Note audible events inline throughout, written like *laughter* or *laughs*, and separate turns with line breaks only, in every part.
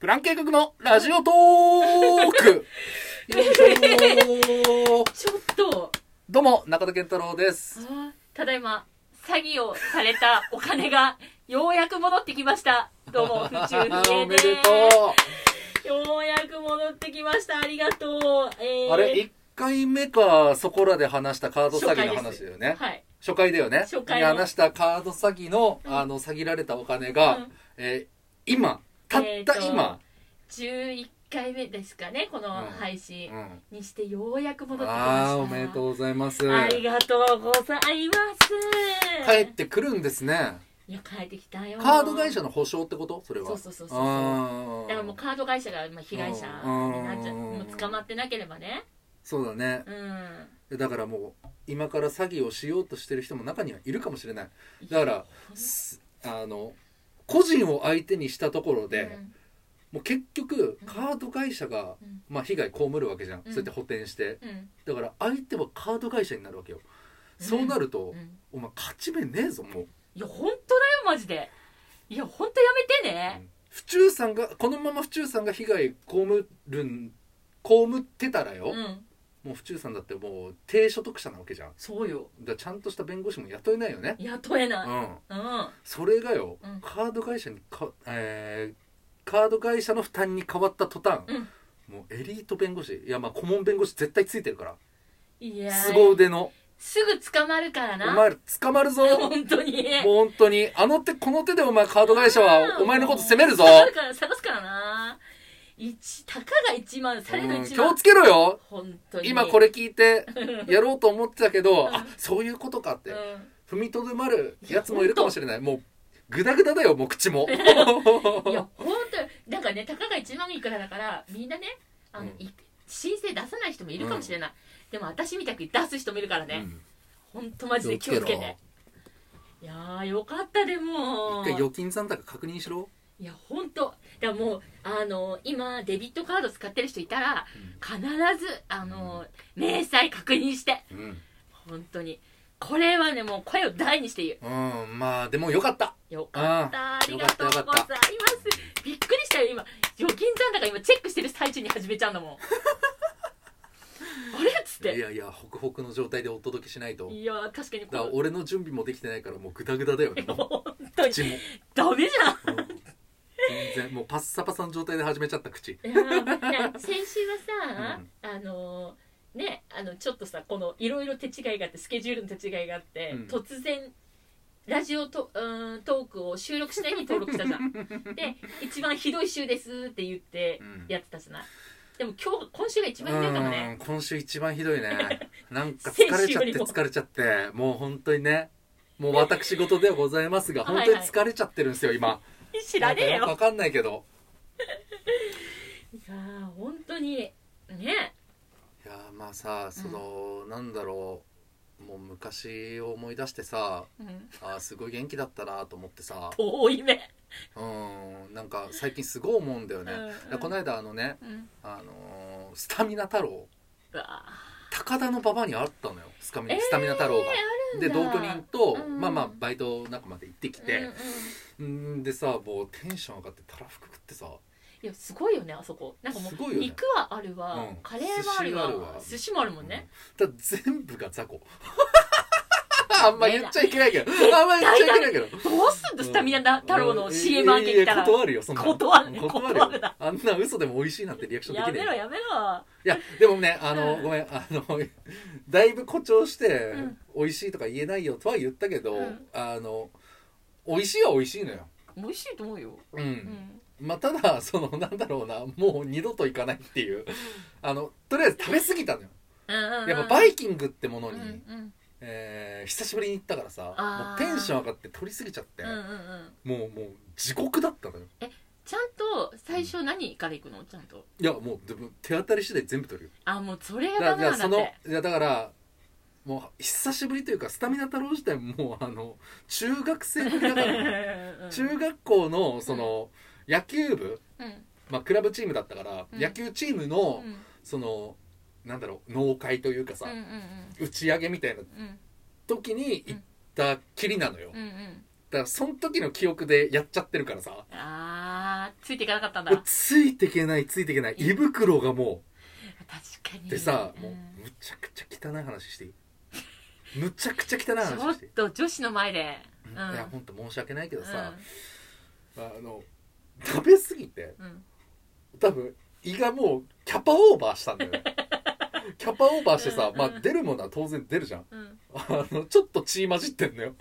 プラン計画のラジオトーク
*laughs*
よいしょー
ちょっと
どうも、中田健太郎です。
あーただいま詐欺をされたお金がようやく戻ってきましたどう
*laughs*
も府中
あ
に
おめでと
うようやく戻ってきましたありがとう、え
う
ー
あれ、1回目か、そこらで話したカード詐欺の話だよね。
はい
初回だよね。
初回
に
の
話したカード詐欺の、
うん
あの、詐欺られたお金が、
うん
えー今、たっ
えー
た今
と、11回目ですかねこの配信
うん
にしてようやく戻ってきました
ああ、おめでとうございます。
ありがとうございます
帰ってくるんですね。
いや帰ってきたよ
カード会社の保証ってことそれは。
そうそうそうそう
あー
だからもうカード会社がまあ被害者になっちゃう
うん
もう捕まってなければね
そうだね。
うん
だからもう今から詐欺をしようとしてる人も中にはいるかもしれないだからすあの個人を相手にしたところで、
うん
もう結局カード会社が、
うん
まあ、被害被るわけじゃん、
うん
そうやって補填して
うん
だから相手はカード会社になるわけよ、
うん
そうなると、
うん
お前勝ち目ねえぞもう、
いや本当だよマジでいや本当やめてね
府中さんがこのまま府中さんが被害被るん被ってたらよ、
うん
もう府中さんだってもう低所得者なわけじゃんだか
そうよ
らちゃんとした弁護士も雇えないよね
雇え
う
ない
ん
うん
それがよ、
うん
カード会社にか、えーカード会社の負担に変わった途端、
うん
もうエリート弁護士いやまあ顧問弁護士絶対ついてるから
いやー
凄腕の
すぐ捕まるから
お
な
前ら捕まる
*laughs*
ぞもう
本当に
本当にあの手この手でお前カード会社は
うん
お前のこと責めるぞ
探すから探すからな一たかが1万されの
うん
1
気を
万
つけろよ
本当に
今こ
れ
れ聞いてやろうと思ってたけどあそういうことかって、
う
踏みとどまるやつもいるかもしれないもうグダグダだよもう口も
んいや本当なんかねたかが1万いくらだからみんなねあの
うん
い申請出さない人もいるかもしれないでも私みたく出す人もいるから
う
ね
ん
本当マジで気をつけていやーよかったでも
一回預金残高確認しろ
いや本当だからもうあの今デビットカード使ってる人いたら必ずあの明細確認して
うん
本当にこれはねもう声を大にして言
うん、まあでもよかった。
うよかったあ
うん
りがとうござい
よか
ま
ったよかっ
すびっくりしたよ今預金残高今チェックしてる最中に始めちゃうんだ *laughs* もんあれっつっ
い
て
やいや、ホクホクの状態でお届けしないと。
いやー確かにこ
だから
の
俺の準備もできてないからもうグダグダだ
*laughs*
よね。もう
本当に
口も。
ダメじゃん
うん全然、もうパッサパサの状態で始めちゃった口。
いやー先週はさ、あのーねあのちょっとさこのいろいろ手違いがあってスケジュールの手違いがあって、
うん
突然ラジオとうーんトークを収録しないように登録したじゃ
*laughs*
んで一番ひどい週ですって言って
うん
やってたじゃない、でも今日今週が一番ひどいかもね
うん、今週一番ひどい
*laughs*
ね。なんか疲れちゃって疲れちゃって、もう本当にね。もう私事ではございますが、
はいは
本
い
当に疲れちゃってるんですよ、今。
知らねえ
なんか
よ
くわかんないけど。
いやー本当にね
いやーまあさ、その、なんだろう。もう昔を思い出してさ、あーすごい元気だったなと思ってさ。
遠い目、
うんなんか最近すごい思うんだよね、
うんうん
だからこの間あのね、
うん、
あのースタミナ太郎
うわ
高田の馬場にあったのよスカミ、
えー
スタミナ太郎が、
ー
で
あるん
同
だ
居人と、
うん
まあまあバイト仲間で行ってき
うんう
て
ん、
うん、でさもうテンション上がってたらふく食ってさ
いやすごいよねあそこなんかも
すご
う
いよね
肉はあるわ、
うん
カレーはあるわ
寿
寿
司
司
はあるわ
もあるもんね、
だから全部が雑魚 *laughs* あんま言っちゃいけないけどあんま言っちゃいけないけど
どうすんのスタミナだ太郎
う
の
ん
CM 案件
いやい
来
や
たら。
断るよそんなの
断るね
断る
断るな
あんな嘘でも美味しいなんてリアクションでき
や
ない
めろやめろ。
いやでもねあの、
うん
ごめんあの *laughs* だいぶ誇張して、
うん
美味しいとか言えないよとは言ったけど、
うん
あの美味しいは美味しいのよ
美味しいと思うよ。
うん、
うん。
まあただそのなんだろうなもう二度と行かないっていうあのとりあえず食べ過ぎたのよやっぱバ
イ
イキングってもの
う
に、
んうん
えー久しぶりに行ったからさ
あー
もうテンション上がって取り過ぎちゃって、
うんうんうん。
もうもう地獄だったのよ
ちゃんと最初何から行くのちゃんと。
いやもうでも手当たり次第全部取るよ
あもうそれ
だか
がダメ
ら
なんだ
そ
っ
の
て。
いやだからもう久しぶりというかスタミナ太郎自体もうあの中学生ぶりだか
*laughs*
ら
うん
中学校のその野球部、
うん
まあ、クラブチームだったから、
うん
野球チーム
う
の
ん
そのなんだろう農会というかさ、
うんうん
打ち上げみたいな
うん
時に行ったきりなのよ、
うんうん
だからその時の記憶でやっちゃってるからさ
あーついていかなかったんだ
もう
確
ついていけないついていけない胃袋がも
か
う
に
でさ
うん
もうむちゃくちゃ汚い話していいむちゃくちゃ汚い
ちょ
話
っ
していい
と女子の前で
う
うんん
いやほんと申し訳ないけどさ、あ
う
の食べ過ぎて
んうん
多分胃がもうキャパオーバーした
*laughs*
んだよねキャパオーバーしてさ、
うん
ま
う
あ
ん
出るものは当然出るじゃん
うん
あの、ちょっと血混じってんのよ。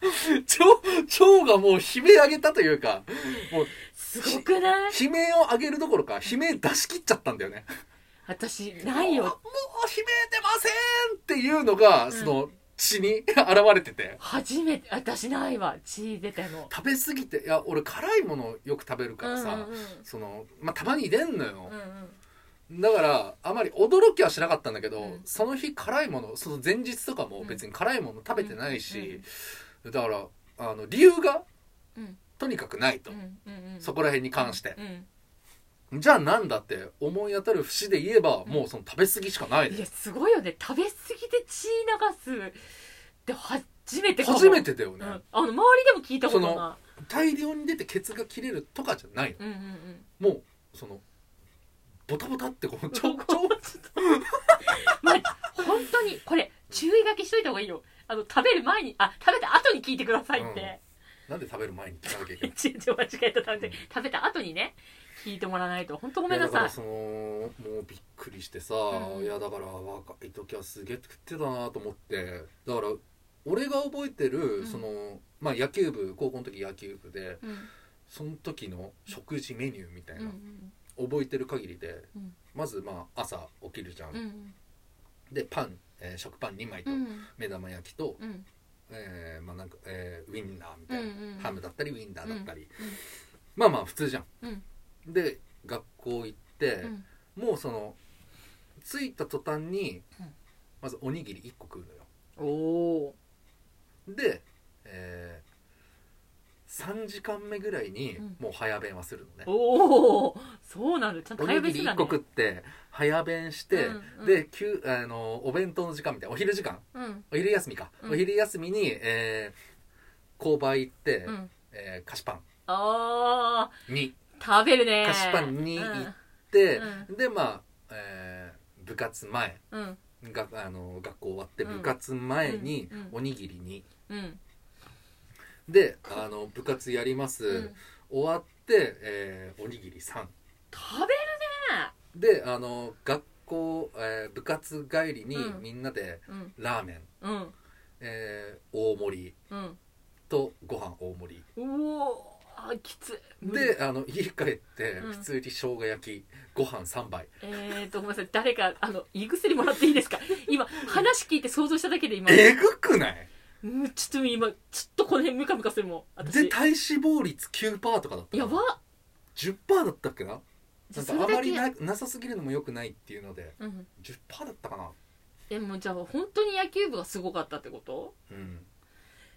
腸、腸がもう悲鳴上げたというか、もう
すごくない
悲鳴を上げるどころか、悲鳴出し切っちゃったんだよね。
私ない
もうもう
よ
悲鳴出ませんっていうのが、
ん
その、血に *laughs* 現れてて。
初めて私ないわ血出たの
食べ過ぎて、いや、俺辛いものよく食べるからさ、
うんうん
その、まあ、たまに出んのよ
うん、う。んうん
だから、あまり驚きはしなかったんだけど、
うん
その日辛いもの、その前日とかも別に辛いもの食べてないし、だから、あの、理由が
うん
とにかくないと。
うんうんうん
そこら辺に関して
う、ん
じゃあなんだって思い当たる節で言えば、
うん
もうその食べ過ぎしかない
い
で
やすごいよね食べ過ぎて血流すって初めてかも
初めてだよ
うん
ね、
あの周りでも聞いたこと
そ
な
大量に出てケツが切れるとかじゃない
いうんうんうん
のもうそのボタボタってこのちょち
ち *laughs*
ょ
ょまあ本当にこれ注意書きしといた方がいいよあの食べる前にあ食べた後に聞いてくださいって、
なんで食べる前に聞かなきゃいけない
ちょちょ間 *laughs* 違えた食べて食べた後にね聞いてもらわないと本当ごめんな
やだか
さい
らそのもうびっくりしてさ、
うん
いやだから若い時はすげえ食ってたなと思ってだから俺が覚えてる、
うん
そのまあ野球部高校の時野球部で
うん
その時の食事メニューみたいな、
うん
覚えてる限りで、
うん
まずまあ朝起きるじゃん、
うんうん
でパン、えー食パン2枚と
うん
目玉焼きと、
うん
えーまあなんかえーウインナーみたいな、
うんうん
ハムだったりウインナーだったり、
うんうん
まあまあ普通じゃん、
うん
で学校行って
う、ん
もうその着いた途端に、
うん
まずおにぎり1個食うのよ
おお
で、え3時間目ぐらいに
うん
もう早弁はするのね、
おおそうなんだちゃんと
お
早
にぎ
弁す
り
る
1
な
個食って早弁して、
うんうん
できゅあのお弁当の時間みたいなお昼時間
うん
お昼休みか、
うん
お昼休みに、えー、購買行って、
うん
えー菓子パ
あ
ンに
ー食べるね
菓子パンに行っ
う
て、
う
でまあ、えー部活前
んうん
があの学校終わって
うん
部活前に
うんうん
おにぎりに、
うん
であの部活やります、
うん
終わって、えーおにぎり3
食べるね
であの学校、えー部活帰りに
うん
みんなで
うん
ラーメン、
うん
えー大盛り
うん
とご飯大盛り
うおーあきつい
で、あの家帰って
うん
普通に生姜焼き、ご飯3杯
えー、とごめんなさい誰かあの胃薬もらっていいですか今話聞いて想像しただけで今
えぐくない
うんちょっと今ちょっとこの辺ムカムカするもん
で
私
体脂肪率9%とかだった
やば
10%だったっけな
じ
な
ゃ
んかあ
あそれだ
ま
け
りななさすぎるのも良くないっていうので
うん、
10%だったかな
でもじゃあ本当に野球部がすごかったってこと
うん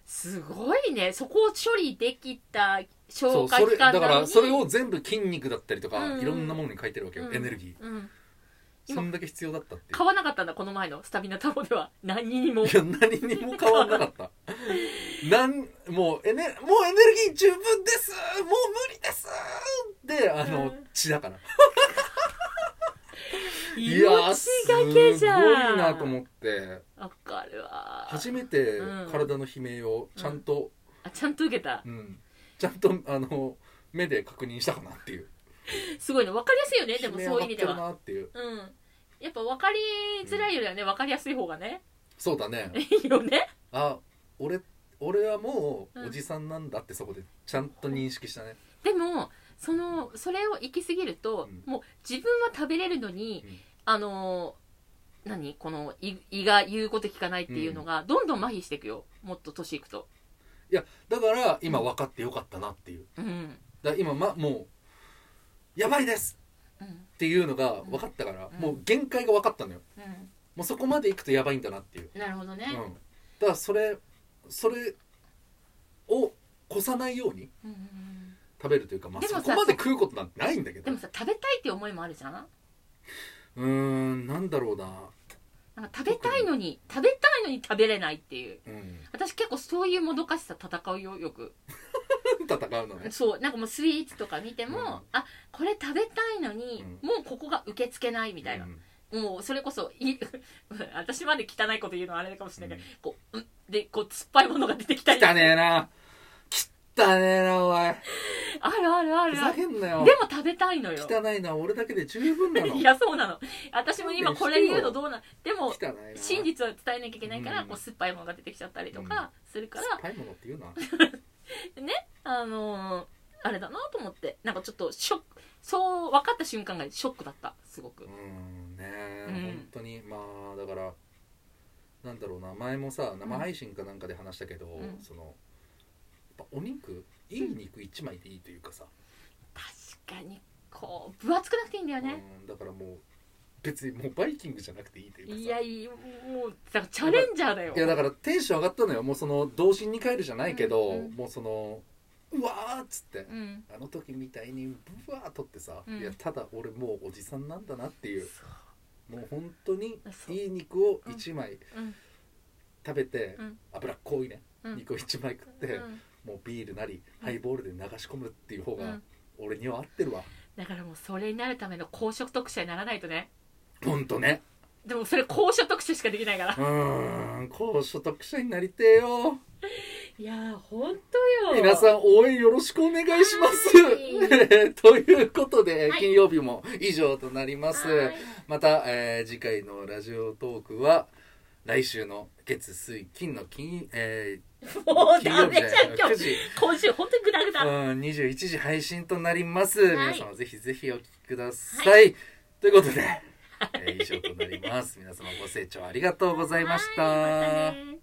すごいねそこを処理できた
そ
消
う
化
そ
器
れ
官
だ
なのに
からそれを全部筋肉だったりとか、
うんうん
いろんなものに書いてるわけよ、
うん
エネルギ
うん、
ーそ
今
んだけ必要だったっていう
買わなかったんだこの前のスタミナタボでは *laughs* 何にも
いや何にも変わんなかった
*laughs*
なんもうエネもうエネルギー十分ですもう無理ですであの、
うん
血だから
命がけじゃん
すごいなと思って
わかるわ
初めて
うん
体の悲鳴をちゃんと、
あちゃんと受けた
うんちゃんとあの目で確認したかなっていう
すごいね分かりやすいよねでも
悲鳴
そういう意味で
上
は
がってるなっていう
うんやっぱ分かりづらいよりはね分かりやすい方がね *laughs*
そうだね
いいよね
あ俺俺はも
うん
うおじさんなんだってそこでちゃんと認識したね、
でもそのそれを行き過ぎると、
うん
もう自分は食べれるのに、
うん
あのー何この胃胃が言うこと聞かないっていうのが、どんどん麻痺していくよもっと年いくと
だから今分かってよかったなっていう
うん、
だから今、ま、もうやばいです
うん
っていうのが分かったから、
うん
もう限界が分かったのよ
う
もうそこまでいくとやばいんだなっていう、
ん、なるほど
うん、
ね
だ、からそれそれを越さないように
うんうんうん
食べるというか、まあ、
で
そ
もさ
こまで食うことなんてないんだけ
で
ど
もさ食べたいって思いもあるじゃん
うーんなんだろうな
なんか食べたいのに食べたいのに食べれないっていう *laughs*
うん、
私結構そういうもどかしさ戦うよよく
戦うのね
そうなんかもうスイーツとか見ても、
うん
あこれ食べたいのに、もうここが受け付けないみたいな
う、ん
もうそれこそい *laughs* 私まで汚いこと言うのはあれかもしれないけど、こううんでこう酸っぱいものが出てきたり
汚ねえな汚ねえなお前
あるあるあ
ふ
るあ
ざ
る
けんな
で
よ
も食べたいのよ
汚いな俺だけで十分なの汚
*laughs* い
いな
やそうなの私も今これ言うのどうなんでも真実は伝えなきゃいけないから、
うん
こう酸っぱいものが出てきちゃったりとかするから、
酸っぱいものって言うな
あのーあれだなと思ってなんかちょっとショックそう分かった瞬間がショックだったすごく
うんねえ、
うん
本当にまあだからなんだろうな前もさ生配信かなんかで話したけど、
うん
そのやっぱお肉いい肉一枚でいいというかさ、
確かにこう分厚くなくていいんだよね、
うんだからもう別にもうバイキングじゃなくていいというかさ
いやいやもうだからチャレンジャーだよ
いやだからテンション上がったのよもうその童心に帰るじゃないけど、
うんうん
もうそのうわーっつって、
うん
あの時みたいにブワーっとってさ、
うん
いやただ俺もうおじさんなんだなっていう
そ
もう本当に
そう
いい肉を1枚
ううん
食べて、
うん
脂っこいね、
うん
肉を1枚食って、
うん
もうビールなり
うん
ハイボールで流し込むっていう方
う
が
ん
俺には合ってるわ、
だからもうそれになるための高所得者にならないとね
ほんとね
でもそれ高所得者しかできな
*laughs*
いから
うーん高所得者になりてえよ
いやー本当よ
皆さ
ん
ん応援よろしくお願いします
は
*laughs* ということで、
はい
金曜日も以上となります
はい
また、えー次回のラジオトークは来週の月水金の金、えー
もう
金
ダ
曜
メ
日
じ
じ
ゃ
ゃ
ん
ない
今
9
日
時
今週本当にグダグダ
うん21時配信となります、
はい
皆様ぜひぜひお聞きください、ということで、えー以上となります皆様ご清聴ありがとうございました、
はいまたね